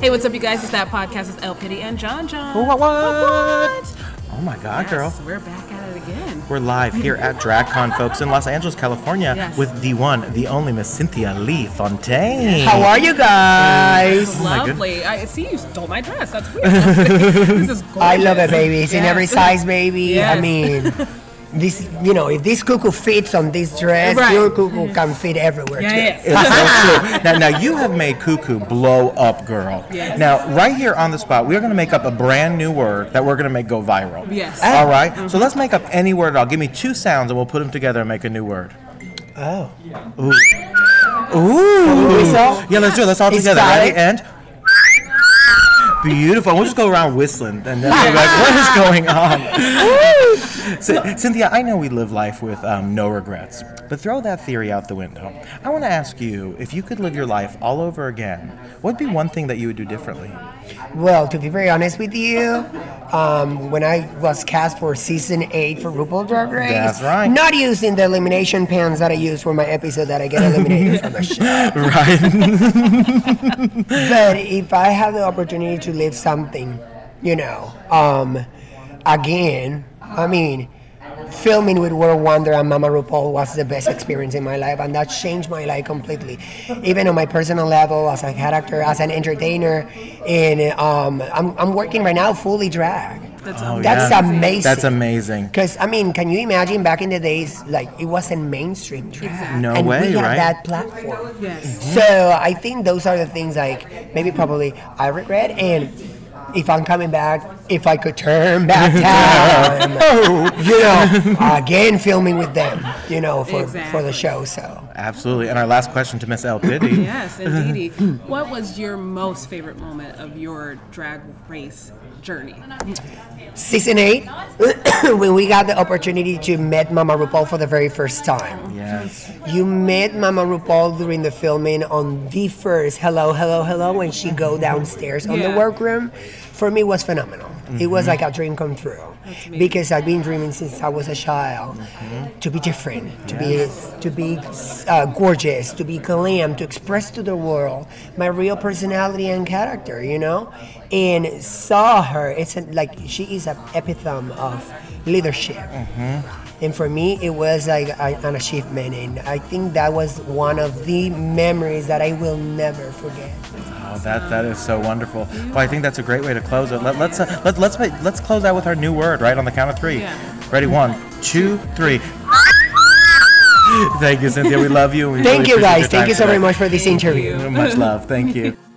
Hey, what's up, you guys? It's that podcast. It's El Pity and John John. What, what? What? Oh my God, Yes, girl. we're back at it again. We're live here at DragCon, folks, in Los Angeles, California, Yes. with the one, the only Miss Cynthia Lee Mm. Fontaine. How are you guys? my goodness. Lovely. I see you stole my dress. That's weird. this is gorgeous. I love it, baby. It's in Yes. every size, baby. Yes. I mean, this, you know, if this cuckoo fits on this dress, Right. your cuckoo can fit everywhere. Yeah, too. yeah. It's so true. Now, now you have made cuckoo blow up, girl. Yes. Now, right here on the spot, we're going to make up a brand new word that we're going to make go viral. Yes. Uh-huh. All right? So let's make up any word at all. Give me two sounds and we'll put them together and make a new word. Oh. Ooh. Whistle? Yeah, let's do it. Let's all It's together. Ready? valid. And. Beautiful. We'll just go around whistling, and then we'll be like, "What is going on?" C- Cynthia, I know we live life with um, no regrets, but throw that theory out the window. I want to ask you if you could live your life all over again, what would be one thing that you would do differently? Well, to be very honest with you, um, when I was cast for season eight for RuPaul Drag Race, That's right. not using the elimination pans that I use for my episode that I get eliminated from the show. Right? But if I have the opportunity to live something, you know, um, again, I mean, filming with World Wonder and Mama RuPaul was the best experience in my life, and that changed my life completely, even on my personal level, as a character, as an entertainer, and um, I'm, I'm working right now fully drag. That's Oh, That's yeah. amazing. That's amazing. Because I mean, can you imagine back in the days, like it wasn't mainstream drag, Exactly. No and way, we had right? that platform. Yes. So I think those are the things like maybe probably I regret, and if I'm coming back, if I could turn back time, you know, again filming with them, you know, for for Exactly. the show. So Absolutely. And our last question to Miss El Pity. Yes, indeedy. what was your most favorite moment of your drag race journey? season eight, when we got the opportunity to meet Mama RuPaul for the very first time. Yes. You met Mama RuPaul during the filming on the first Hello, Hello, Hello when she go downstairs on Mm-hmm. Yeah. Mm-hmm. the workroom. For me, was phenomenal. It was like a dream come true amazing. Mm-hmm. because I've been dreaming since I was a child to be different, to be to be uh, gorgeous, to be glam, to express to the world my real personality and character. You know, and saw her. It's a, like she is an epitome of leadership. And for me, it was like a, an achievement, and I think that was one of the memories that I will never forget. Oh, that that is so wonderful. Well, I think that's a great way to close it. Let, let's uh, let, let's ma- let's close out with our new word right on the count of three. Yeah. Ready? One, two, three. Thank you, Cynthia. We love you. We really Thank you appreciate guys. your Thank time you so very today. much for this interview. Much love. Thank you.